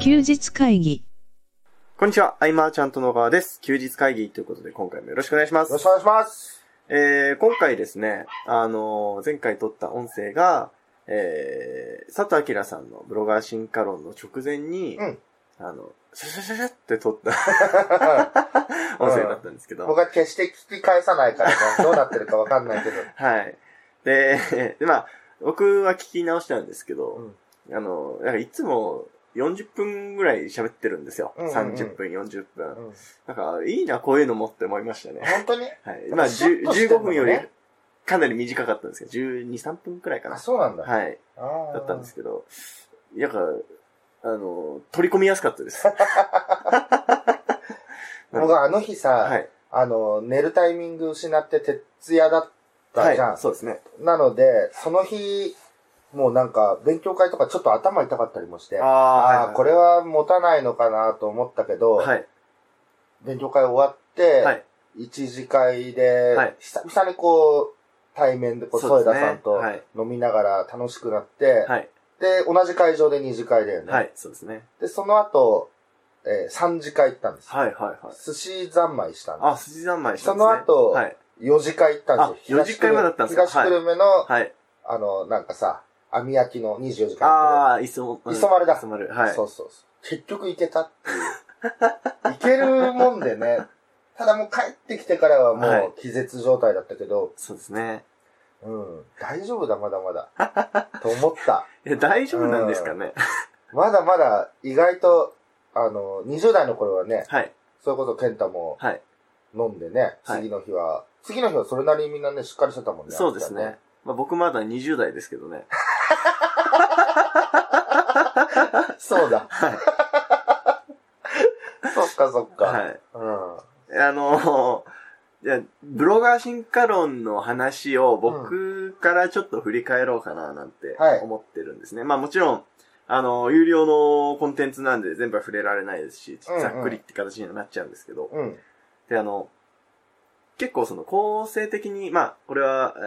休日会議。こんにちは、アイマーちゃんと野川です。休日会議ということで、今回もよろしくお願いしますよろ。しくお願いします。えー、今回ですね、あのー前回撮った音声が、えー、佐藤明さんのブロガー進化論の直前に、うんあの、シャシャシャシャって撮った うん音声だったんですけど、僕は決して聞き返さな いからね、どうなってるかわかんないけど。はい。で、 でまあ、僕は聞き直したんですけど、うんあの、なんかいつも40分ぐらい喋ってるんですよ。うんうんうん30分、40分。うんなんか、いいな、こういうのもって思いましたね。本当にはい。まあ、シュッ10として15んのね分よりかなり短かったんですけど、12、3分くらいかあ、な。そうなんだ。はい。あ。だったんですすけど、なんか、あの、取り込みやすかった です。僕はあの日はさ、い。あの、寝るタイミング失って徹夜だったじゃはんい。。そうですね。なので、その日、もうなんか、勉強会とかちょっと頭痛かったりもして、あああ、はいあはー、いこれは持たないのかなと思ったけど、はい。勉強会終わっはて、い。一次会ではい、久々にこう、対面で、こう、そうで添すね田さんとはい飲みながら楽しくなって、はい。で、同じ会場で二次会だよね。はい。そうですね。で、その後、えー三次会行ったんです。はい、はい、はい。寿司三昧したんであ、筋三昧したんですね。その後はい。四次会行ったんですよ。あ四次会までだったんですか東久留米の、はい。あの、なんかさ、網焼きの24時間やっああ、いそ、うん磯丸だいそ丸。てるはい。そうそうそう。結局行けたっていう。行けるもんでね。 ただもう帰ってきてからははもいう気絶状態だったけど、そうですね。うん、大丈夫だ、まだまだ。と思った。いや、大丈夫なんですかね。まだまだ意外と、あの、20代の頃はね、はい。それこそ健太もはい。飲んでね、はい次の日は、次の日はそれなりにみんなね、しっかりしてたもんね。そうですね。まあ僕まだ20代ですけどね。あの人はね。そうだ。そっかそっか。はい。うん。あの、 じゃあブロガー進化論の話を僕からちょっと振り返ろうかななんてはい思ってるんですね。まあもちろん、あの、有料のコンテンツなんで全部は触れられないですし、うんうんざっくりって形にはなっちゃうんですけど。うん。で、あの、結構その構成的に、まあこれは、えー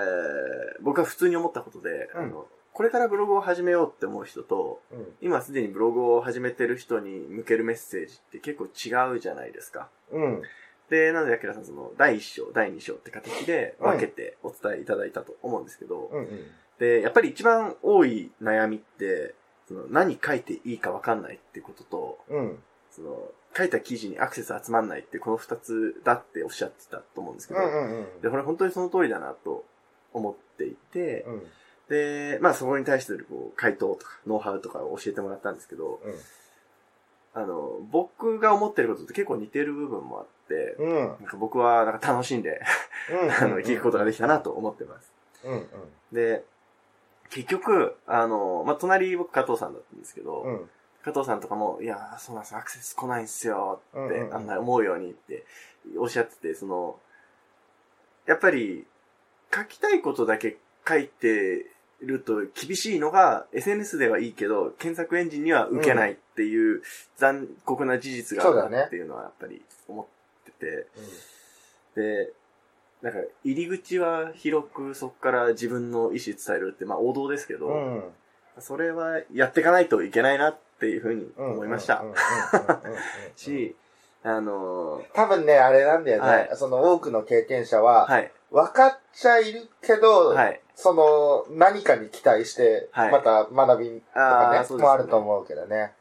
僕は普通に思ったことで、うんあの、これからブログを始めようって思う人と、うん。今すでにブログを始めてる人に向けるメッセージって結構違うじゃないですか。うん。で、なので、アキラさん、その、第1章、第2章って形で分けてお伝えいただいたと思うんですけど、うん。うん。で、やっぱり一番多い悩みって、その、何書いていいか分かんないってことと、うん。その、書いた記事にアクセス集まんないって、この2つだっておっしゃってたと思うんですけうど、ん。で、これ本当にその通りだなと思っていて、うん。で、まあそこに対するこう回答とかノウハウとかを教えてもらったんですけど、あの、僕が思ってることって結構似てる部分もあって、うん。うん。なんか僕はなんか楽しんで、 うん。あの、聞くことができたなと思ってます。うん。うん。で、結局、あの、まあ、隣僕加藤さんだったんですけど、うん。加藤さんとかも、いやー、そうなんですよアクセス来ないんすようんっうてんう、んあんな思うようにっておっしゃってて、その、やっぱり、書きたいことだけ書いてると厳しいのが、SNS ではいいけど、検索エンジンには受けないっていう残酷な事実があそうるだなねっていうのはやっぱり思ってて、で、なんか、入り口は広く、そこから自分の意思伝えるって、まあ王道ですけど、うん。うん。それはやっていかないといけないなっていうふうに思いました。うんうんうんうんうんし、あの多分ね、あれなんだよね。はいその多くの経験者ーは、はい、分かっちゃいるけど、はい。その何かに期待して、はいまた学びとかね、あーそうですねもあると思うけどね。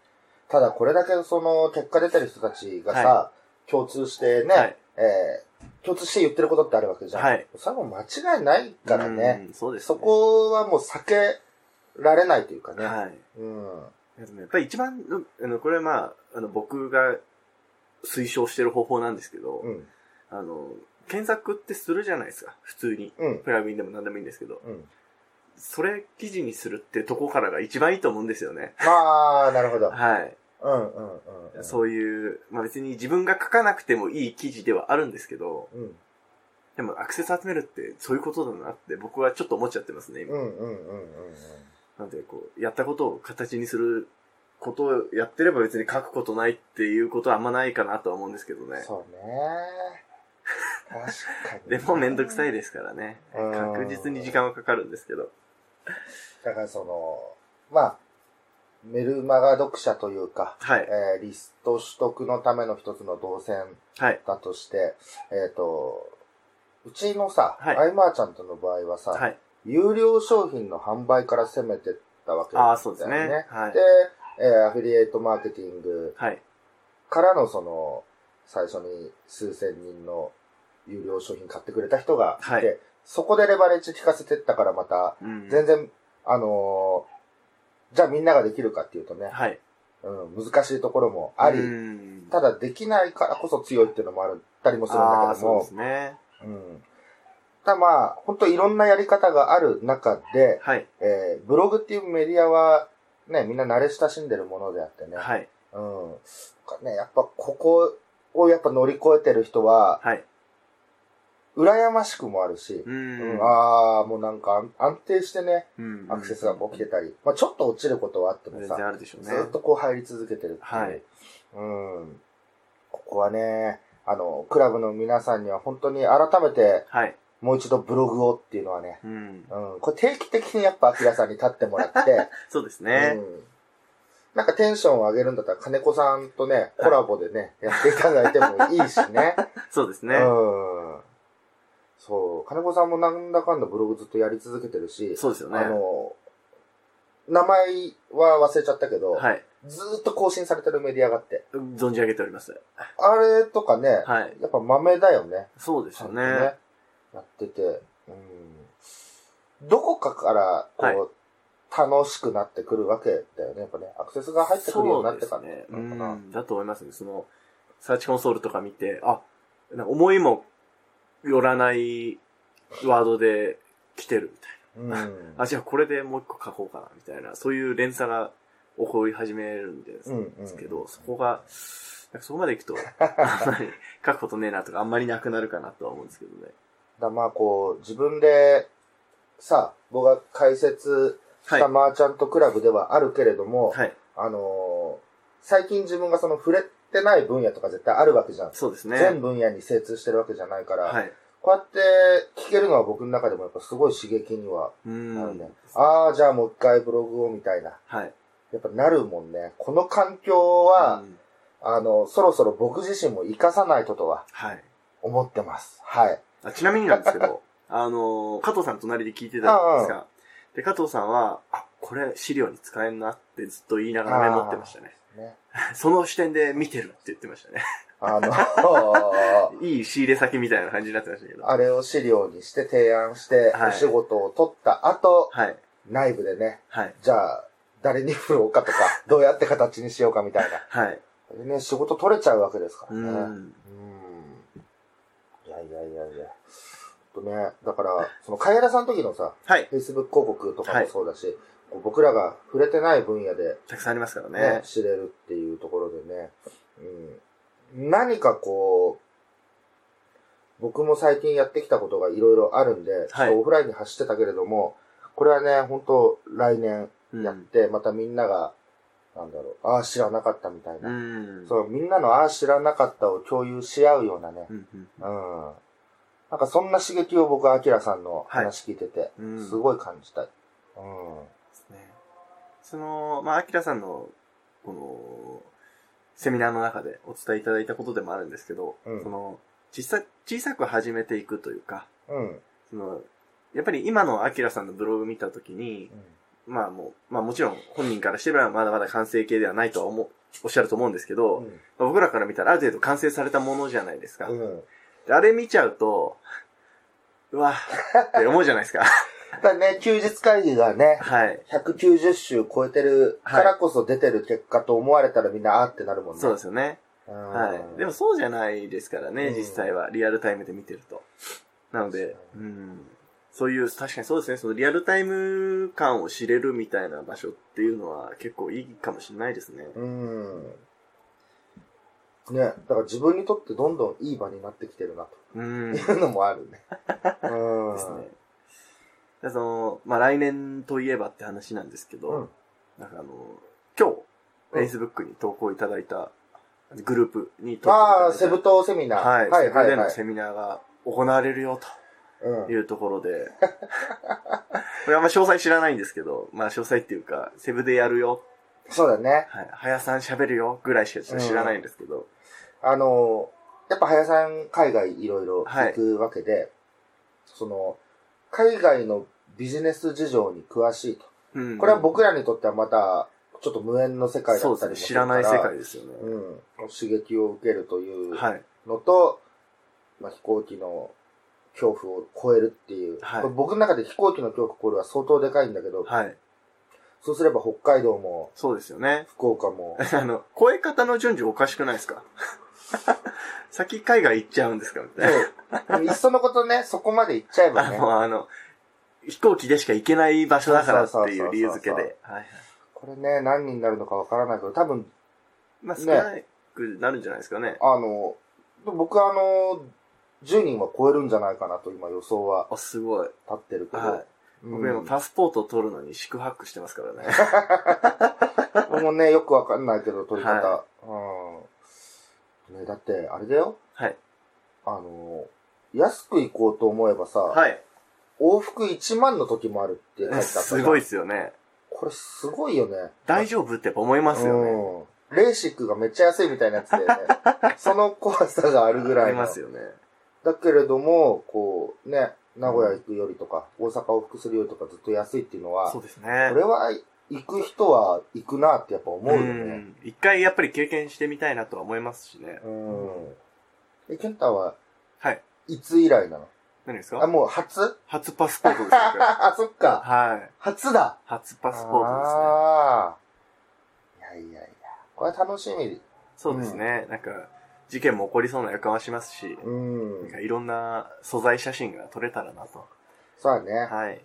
ただこれだけその結果出てる人たちがさ、共通してね、はいえー共通して言ってることってあるわけじゃん。はいそれはもう間違いないからね。うん。そうです、ね。そこはもう避けられないというかね。はい。うん。でもやっぱり一番の、あの、これはまあ、あの、僕が推奨してる方法なんですけど、うん。あの、検索ってするじゃないですか、普通に。うん。プラグインでも何でもいいんですけど、うん。それ記事にするってとこからが一番いいと思うんですよね。まあ、なるほど。はい。うんうんうんうん。そういう、まあ別に自分が書かなくてもいい記事ではあるんですけど、うん。でもアクセス集めるってそういうことだなって僕はちょっと思っちゃってますね、今。うんうんうんうんうん。なんで、こう、やったことを形にすることをやってれば別に書くことないっていうことはあんまないかなとは思うんですけどね。そうね。確かに。でもめんどくさいですからね。うん確実に時間はかかるんですけど。だからその、まあ、メルマガ読者というか、はい。えーリスト取得のための一つの動線はい。だとして、えっ、と、うちのさ、はいアイマーちゃんとの場合はさ、はい。有料商品の販売から攻めてったわけだよね。ああ、そうですね。はいで。、えーアフィリエイトマーケティングはい。からのその、最初に数千人の有料商品買ってくれた人がいて、はいそこでレバレッジ効かせてったからまた、うん。全然、あのーじゃあみんなができるかっていうとね、はい。うん、難しいところもあり、うんただできないからこそ強いっていうのもあるったりもするんあだあ、けどそうでもす、ね。うん。ただまあ、本当いろんなやり方がある中で、はい。えーブログっていうメディアは、ね、みんな慣れ親しんでるものであってね。はい。うん。ね、やっぱここをやっぱ乗り越えてる人は、はい。羨ましくもあるし、う。うんああ、もうなんか安安定してね、うんアクセスがこう来てたり、まあちょっと落ちることはあっても全然さ、あるでしょうね。ずっとこう入り続けてるっていう。はいうん。ここはね、あの、クラブの皆さんには本当に改めてはい。もう一度ブログをっていうのはね、うん。うん、これ定期的にやっぱアキラさんに立ってもらって、そうです ねう。ん、なんかテンションを上げるんだったら金子さんとね、コラボでね、 やっていただいてもいいしね。そうです ね。うん。そう、金子さんもなんだかんだブログずっとやり続けてるし、そうですよね。あの、名前は忘れちゃったけど、はい。ずーっと更新されてるメディアがあって。存じ上げております。あれとかね、はい。やっぱ豆だよね。そうですよちゃんとね。やってて。うん。どこかから、こう、楽しくなってくるわけだよね。やっぱね、アクセスが入ってくるようになってからそうですね。なうのかな。ん。だと思いますね。その、サーチコンソールとか見て、あ、なんか思いもよらないワードで来てるみたいうんな。あ、じゃあこれでもう一個書こうかな、みたいな。そういう連鎖が起こり始めるんですうんうんですけど、そこが、なんかそこまで行 くと、あんまり書くことねえなとか、あんまりなくなるかなとは思うんですけどね。だまあこう、自分で、さ、僕が解説しはいた。マーチャントクラブではあるけれども、はい。あのー最近自分がその触れてない分野とか絶対あるわけじゃん。そうですね。全分野に精通してるわけじゃないから、はい。こうやって聞けるのは僕の中でもやっぱすごい刺激にはうなるんね。。ああ、じゃあもう一回ブログをみたいな。はい。やっぱなるもんね。この環境うは、んあの、そろそろ僕自身も活かさないととははい。思ってます。はい。あちなみになんですけど、 あのー、加藤さん隣で聞いてたじゃないですか。で、加藤さんは、あ、これ資料に使えんなってずっと言いながらメモってましたね。 ね。その視点で見てるって言ってました ね。あ の、いい仕入れ先みたいな感じになってましたけど。あれを資料にして提案して、はいお仕事を取った後、はい。内部でね、はい。じゃあ、誰に振ろうかとか、どうやって形にしようかみたいはい。な。ね、仕事取れちゃうわけですからうね。ん。うんいやいやいやいや。ほんとね、だから、その、カエラさんの時のさ、はい。 Facebook 広告とかもそうだし、こう僕らが触れてない分野で、たくさんありますからねね。知れるっていうところでね、うん、何かこう、僕も最近やってきたことがいろいろあるんで、ちょっとオフラインに走ってたけれども、これはね、本当来年うんやって、またみんなが、なんだろう、ああ知らなかったみたいうな、ん。そう、みんなのああ知らなかったを共有し合うようなね、うんうんうん。なんかそんな刺激を僕はアキラさんの話聞いてて、うん。すごい感じたい。うん。ですね。その、まあ、アキラさんの、この、セミナーの中でお伝えいただいたことでもあるんですけど、うんその、小さ、小さく始めていくというか、うん。その、やっぱり今のアキラさんのブログ見たときに、まあもう、まあもちろん本人からしてみればまだまだ完成形ではないとは思う、おっしゃると思うんですけど、うん。まあ僕らから見たらある程度完成されたものじゃないですか。うん。であれ見ちゃうと、うわ、って思うじゃないですか。 ただね、休日会議がね、はい。 190週超えてるはいからこそ出てる結果と思われたらみんなあーってなるもんね。そうですよね。うん。はい。でもそうじゃないですからね、うん実際は。リアルタイムで見てると。なので、確かうん。そういう、確かにそうですね、そのリアルタイム感を知れるみたいな場所っていうのは結構いいかもしれないですね。うん。ね、だから自分にとってどんどんいい場になってきてるなうん。とでいすうのもあるね。うん。ね。でその、まあ、来年といえばって話なんですけど、うんなんかあの、今うん日、Facebook に投稿いただいた、グループに投稿いただいた。ああ、セブ島セミナー。はい。ははいい、はいでのはい。セミナーが行われるよと。うんいうところで、これあんま詳細知らないんですけど、まあ詳細っていうか、セブでやるよそうだね。はい。はやさん喋るよぐらいしか知らないんですけど。あの、やっぱ林さん海外いろいろはい行くわけで、その、海外のビジネス事情に詳しいと。うんこれは僕らにとってはまた、ちょっと無縁の世界だそうっですね。たりもす知るからない世界ですよね。うん。刺激を受けるというはい。のと、まあ、飛行機の恐怖を超えるっていう。はいこれ僕の中で飛行機の恐怖を超えるは相当でかいんだけど、はい。そうすれば北海道もそうですよね。 福岡も、あの、声方の順序おかしくないですか 先海外行っちゃうんですかみたいそういっそのことね、そこまで行っちゃえばな。ねあ。の、あの、飛行機でしか行けない場所だからっていう理由付けそうそうそうで。はいはい。これね、何人になるのかわからないけど、多分、まあ、ね少なくなるんじゃないですかね。あの、僕はあの、10人は超えるんじゃないかなと今予想はあ、すごい。立ってるけど。はいうん僕今パスポートを取るのに宿泊してますから ね。僕もね、よくわかんないけど、撮り方。はうん。ね、だって、あれだよ。はい。あの、安く行こうと思えばさ、はい。往復1万の時もあるって書いてあったからすごいですよね。これすごいよね。大丈夫ってやっぱ思いますよね。うん。レーシックがめっちゃ安いみたいなやつで ね、その怖さがあるぐらあいりの。ますよね。だけれども、こう、ね、名古屋行くよりとか、大阪往復するよりとかずっと安いっていうのは、そうこですね。れは行く人は行くなってやっぱ思うよね。ん一回やっぱり経験してみたいなとは思いますしね。うん。え、ケンタは、はい。いつ以来なの何ですあ、かもう初 初パスポートです よこれあ、そっか。はい。初だ。初パスポートですね。ああ。いやいやいや。これ楽しみ。そうですね。なんか、事件も起こりそうな予感はしますし、うなんんか。いろんな素材写真が撮れたらなと。そうだね。はい。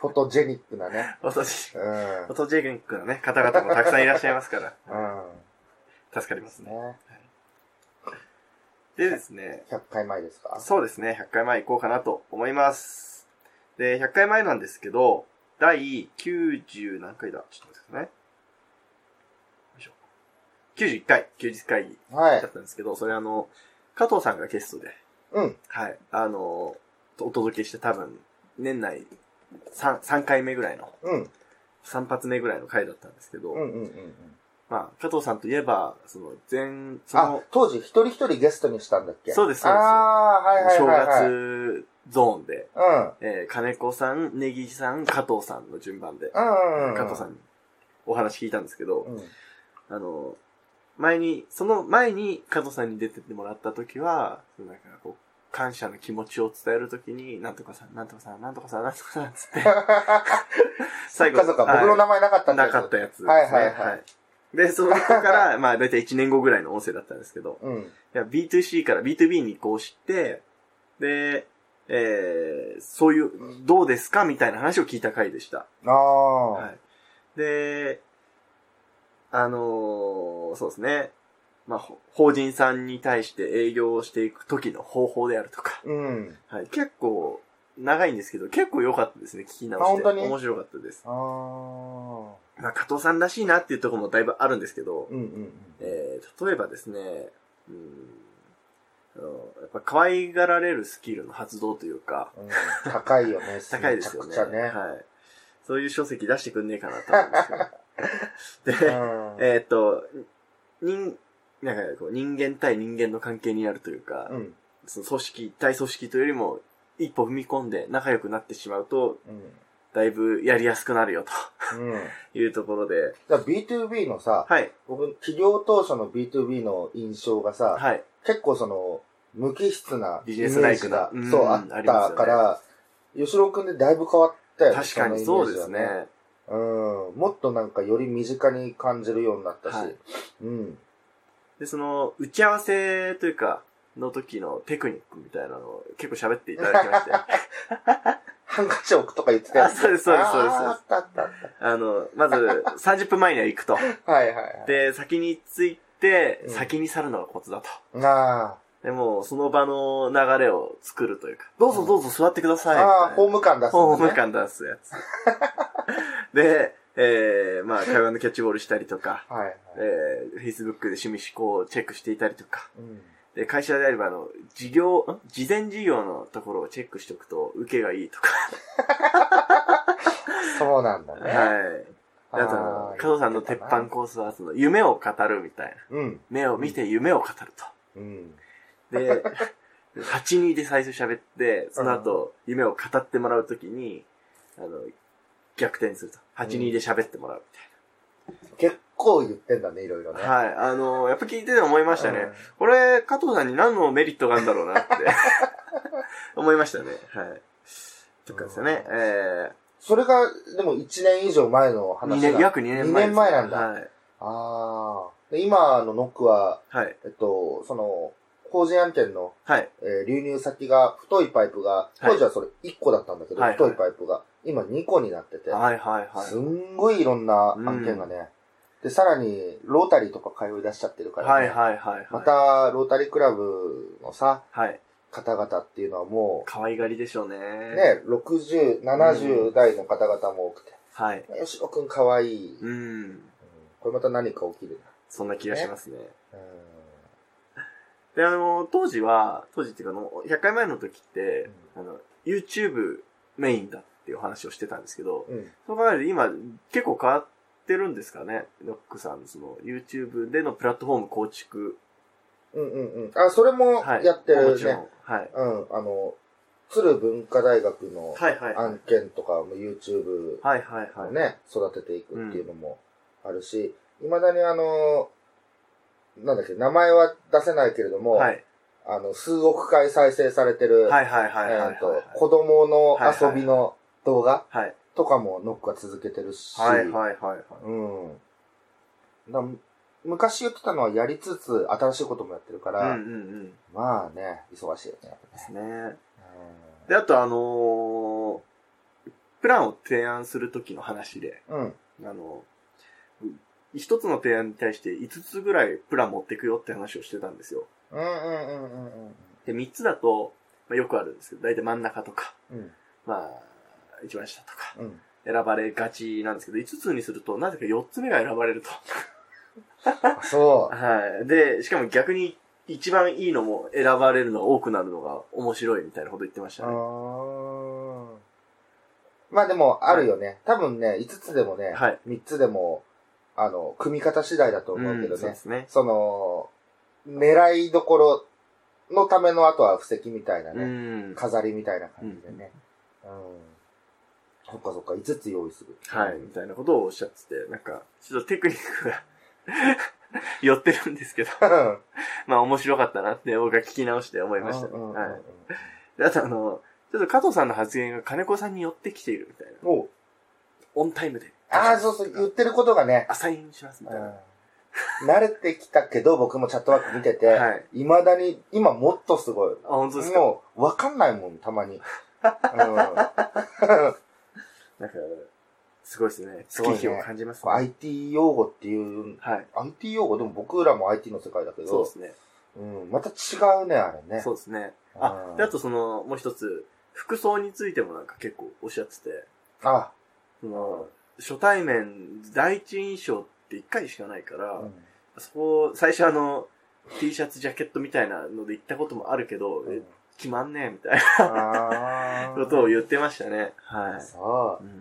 フォトジェニックなね。私、うん。 フォトジェニックのね、方々もたくさんいらっしゃいますから、う助かりますん。ね。ね。でですね、 100回前ですかそうですね、100回前行こうかなと思います。で、100回前なんですけど、第90何回だちょっと待ってくださいね。よいしょ。91回、90回はだいっ。たんですけど、それあの、加藤さんがゲストで、うん。はい、あの、お届けして多分、年内 3, 3回目ぐらいの、うん。 3発目ぐらいの回だったんですけど、うんうんうんうん。まあ、加藤さんといえば、その、前、そあの、、当時一人一人ゲストにしたんだっけそうですそうですああ、はいはい正はい、はい。月ゾーンで、正えー金子さん、ネギさん、加藤さんの順番で、月。うん。うん。加藤さんにお話聞いたんですけど、うん。 あの、前に、その前に加藤さんに出てってもらった時は、なんかこう、感謝の気持ちを伝えるときに、なんとかさん、なんとかさん、なんとかさん、なんとかさん、つって、最そっかそっか、僕の名前なかったんだなけど。かったやつですね。はいはいはいで、その人から、 まあ、だいたい1年後ぐらいの音声だったんですけど、うん。いや B2C から B2B に移行して、で、えー、そういう、どうですかみたいな話を聞いた回でした。ああ、はい。で、あのーそうですね。まあ、ほ法人さんに対して営業をしていく時の方法であるとか。うん。はい。結構、長いんですけど、結構良かったですね。聞き直あして。本当に面白かったです。ああ。まあ、加藤さんらしいなっていうところもだいぶあるんですけど、うんうんえー、例えばですね、うん、あのやっぱ可愛がられるスキルの発動というか、うん。うん高いよね。 高いですよめね。ちゃくちゃね。はい。そういう書籍出してくんねえかなと思うん ですけど。で、うんえーっと、人、なんかこう人間対人間の関係になるというか、うん。その組織対組織というよりも、一歩踏み込んで仲良くなってしまうと、うん。だいぶやりやすくなるようん。というところで、だから B2B のさ、はい、僕、企業当初の B2B の印象がさ、はい、結構その、無機質なビジネスライクなが、うんそう、あっありますよたねから、吉郎くんでだいぶ変わったよね。確かにのそうイメーでジはすね。うん。もっとなんかより身近に感じるようになったし。はいうん。で、その、打ち合わせというか、の時のテクニックみたいなのを結構喋っていただきまして、 ハンカチ置くとか言ってたやつ。あそうですそうですそうですあーあったあったあっあの、まず30分前には行くと。た。はいはいはい。で、先に着いて、うん先に去るのがコツだと。あでも、その場の流れを作るというか、どうぞどうぞ座ってくだあ、さい。ああ、ホみーム感た出いなすのホね、ーム感出すやつ。で、えー、まあ、会話のキャッチボールしたりとか、はいはい。えー、Facebook で趣味思考をチェックしていたりとか、うん。で、会社であれば、あの、事業、ん事前事業のところをチェックしておくと、受けがいいとか、そうなんだね。はい。あとあのー加藤さんの鉄板コースは、その、夢を語るみたいな。うん。目を見て夢を語るうん。と。で、8-2で最初喋って、その後、夢を語ってもらうときに、あの、逆転すると。8-2で喋ってもらう結構言ってんだね、いろいろみね。たいな。はい。あの、やっぱ聞いてて思いましたね。うんこれ、加藤さんに何のメリットがあるんだろうなって、 思いましたね。はい。とかですよね。うんえそれが、でも1年以上前のー、2話だ。年、約2年前ですね。二年前なんだはい。ああ。で今のノックは、はい。えっと、その、法人案件の、はい。えー流入先が、太いパイプが、はい当時はそれ1個だったんだけど、はいはい太いパイプが、今2個になってて、はい。はい。はいす。んごいいろんな案件がね、で、さらに、ロータリーとか通い出しちゃってるから、はねい。はい。はい。ま、た、ロータリークラブのさ、はい。方々っていうのはも可愛がりでしょうね。う、ね、60、70代の方々も多くて、はい。吉野くんかわいい。うんうん。これまた何か起きるそんな気がしますね。な。うんで、あの、当時は、当時っていうか、あの、100回前の時って、あの、YouTube メインだっていうお話をしてたんですけど、うん。そう考えると今、結構変わってるんですかね。ロックさん、その、YouTube でのプラットフォーム構築。うんうんうん。あ、それもはい。やってもるちね。ろん。はい。うん。あの、鶴文化大学のはいはい。はい案件とかも YouTube はいはをい。ね、育てていくっていうのもあるし、未だにあの、なんだっけ、名前は出せないけれども、はい。あの、数億回再生されてる、はいはいはいはいはいえっと、子供のはいはい遊びの動画はい。とかもノックは続けてるし、はいはいはいはい。うん。だ昔言ってたのはやりつつ、新しいこともやってるかうんら、うんうん。でまあね、忙しいよね。すね。うんで、あとあのープランを提案するときの話で、うん。あの、一つの提案に対して5つぐらいプラン持ってくよって話をしてたんですよ。うんうんうんうんうんで、3つだと、まあ、よくあるんですけど、大体真ん中とか、うん。まあ、一番下とか、うん。選ばれがちなんですけど、5つにすると、なぜか4つ目が選ばれると。あそはい。で、しかも逆に一番いいのも選ばれるのが多くなるのが面白いみたいなこと言ってましう。たあね。ーまあでも、あるよね。多分ね、5つでもね、はい3つでも、あの、組み方次第だと思うけどんそうねで。すね。その、狙いどころのための、あとは布石みたいなうね、ん。飾りみたいな感じでね。うん。そっかそっか、5つ用意する。はい、みたいなことをおっしゃってて、なんか、ちょっとテクニックが 寄ってるんですけど、まあ面白かったなって僕は聞き直して思いましたね。うんうんうんうんはい。であとあの、ちょっと加藤さんの発言が金子さんに寄ってきているみたいな。おうオンタイムで。ああ、そうそう、言ってることがね、アサインしますみたいな。うん慣れてきたけど、僕もチャットワーク見てて、はい。いまだに、今もっとすごい。あ、本当ですかもう、わかんないもん、たまに。うんなんか、すごいですね。すごいね月日を感じますね。 IT 用語っていう、はい。 IT 用語、でも僕らも IT の世界だけそうどで、すね。うん、また違うね、あれね。そうですね。うあん、で、あとその、もう一つ、服装についてもなんか結構おっしゃってて、あ、その、初対面、第一印象って一回しかないから、うんそこ、最初あの、T シャツ、ジャケットみたいなので行ったこともあるけど、え決まんねえみたいあなーことを言ってましたね。はい。そうんう。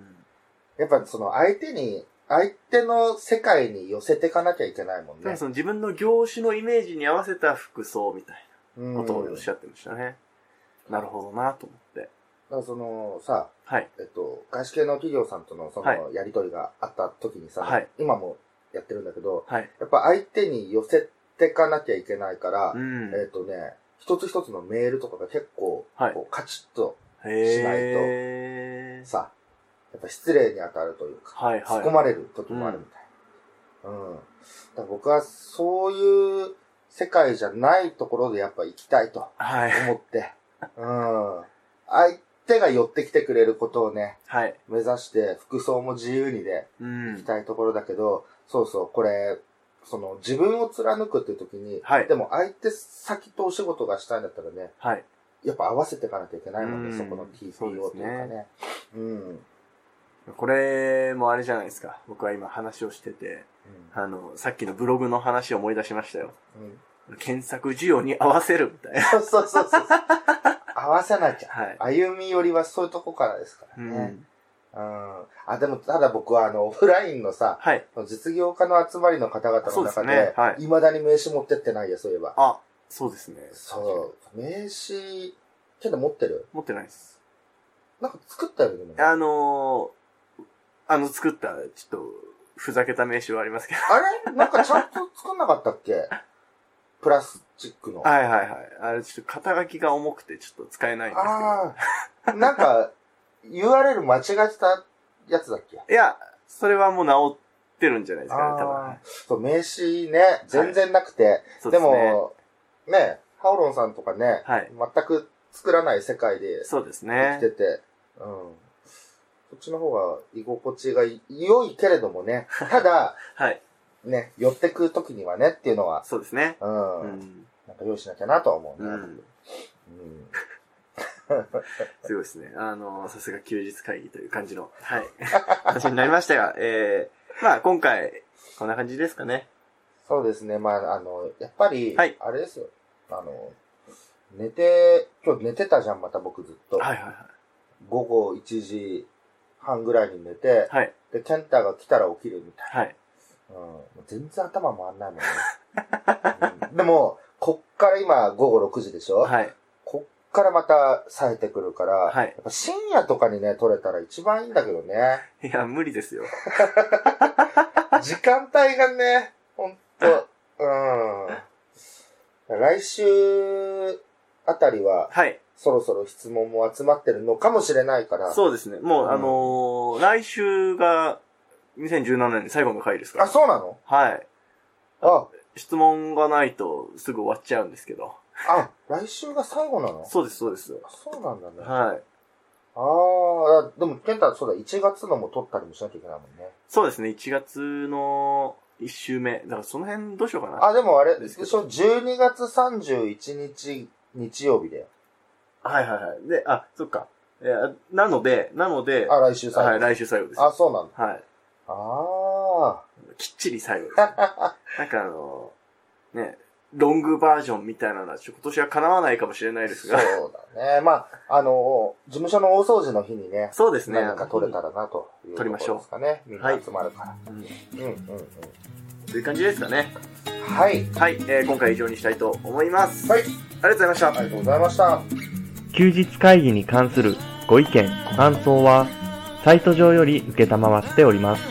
やっぱその相手に、相手の世界に寄せてかなきゃいけないもんだからね。その自分の業種のイメージに合わせた服装みたいうんなことをおっしゃってましたね。なるほどなと思って。だからそのさ、はい。えっと、外資系の企業さんとのそはのやりとりがあった時にさ、はい今もやってるんだけど、はい。やっぱ相手に寄せてかなきゃいけないから、うん。えっとね、一つ一つのメールとかが結構、はいこうカチッとしないとへー。さ、やっぱ失礼に当たるというか、はいはい。突っ込まれる時もあるみたいな。うん。だから僕はそういう世界じゃないところでやっぱ行きたいとはい。思って、うん。相手が寄ってきてくれることをね、はい。目指して服装も自由にでう行きん。たいところだけど、そうそう、これ、その自分を貫くっていう時に、はいでも相手先とお仕事がしたいんだったらね、はい。やっぱ合わせていかなきゃいけないもんね、うんそこの TPO というかそうですね。うん。これもあれじゃないですか。僕は今話をしてて、あの、さっきのブログの話を思い出しましたよ。うん。検索需要に合わせるみたいな。そうそうそうそう。合わせなきゃ。はい。歩み寄りはそういうとこからですからうん。ね。うん。あ、でも、ただ僕は、あの、オフラインのさ、はい。実業家の集まりの方々の中そうですでねはい、いまだに名刺持ってってないや、そういえば。あ、そうですね。そう。名刺、けど持ってる持ってないです。なんか作ったよね。でもねあのーあの作った、ちょっと、ふざけた名刺はありますけど。あれなんかちゃんと作んなかったっけプラスチックの。あはいはいはい。あれ、ちょっと肩書きが重くて、ちょっと使えないんですけあー。なんか、URL 間違ってたやつだっけど。いや、それはもう治ってるんじゃないですかね、多分。はあいーそう、名刺ね、全然なくて。そうでですね。も、ね、ハオロンさんとかね、はい全く作らない世界でそうです生きねて。て、うん。そっちの方が居心地がい良いけれどもね、ただ、はい。ね、寄ってく時にはねっていうのは、そうですね。うん、うん。なんか用意しなきゃなとは思うね。ううんん。すごいですね。あの、さすが休日会議という感じの、 はい。話になりましたが、えー、まあ今回、こんな感じですかね。そうですね、まあ、あの、やっぱり、はいあれですよ、あの、寝て、今日寝てたじゃん、また僕ずっと。はいはいは午後1時半ぐらいに寝て、い。はい。で、ケンタが来たら起きるみたいな。はい。うんもう全然頭回んないもんね。うんでも、こっから今午後6時でしょ、はい。こっからまた冴えてくるから、はいやっぱ深夜とかにね、撮れたら一番いいんだけどね。いや、無理ですよ。 時間帯がね、ほんと、うん。来週あたりは、はい。そろそろ質問も集まってるのかもしれないから。そうですね。もう、うんあのー来週が、2017年最後の回ですかあ、ら。そうなのはい。あ、質問がないとすぐ終わっちゃうんですけど。あ、来週が最後なのそうです、そうです。そうなんだね。はい。ああ、でも、ケンタ、そうだ、1月のも撮ったりもしなきゃいけないもんね。そうですね、1月の1週目。だからその辺どうしようかな。あ、でもあれ、でですけどしょ、12月31日、日曜日だよ。はいはいはい。で、あ、そっか。えーなので、なので、あ、来週最後。はい、来週最後です。あ、そうなんだ。はい。あきっちり最後です。なんかあのーね、ロングバージョンみたいなのは、ちょっと今年は叶わないかもしれないあ、ですそうが。そうだね。まあ、あの、事務所の大掃除の日にね、ですね。何か撮れたらなという撮りましょうところですかね。みんはない集まるから。うん。うんうんうん。という感じですかね。はい。はい、えー今回は以上にしたいと思います。はい、ありがとうございましたあ。りがとうございました。休日会議に関するご意見、ご感想は、サイト上より受けたまわっております。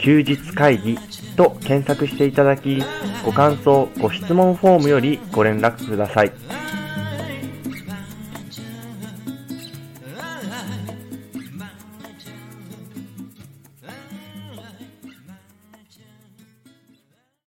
休日会議と検索していただき、ご感想、ご質問フォームよりご連絡ください。 Alive.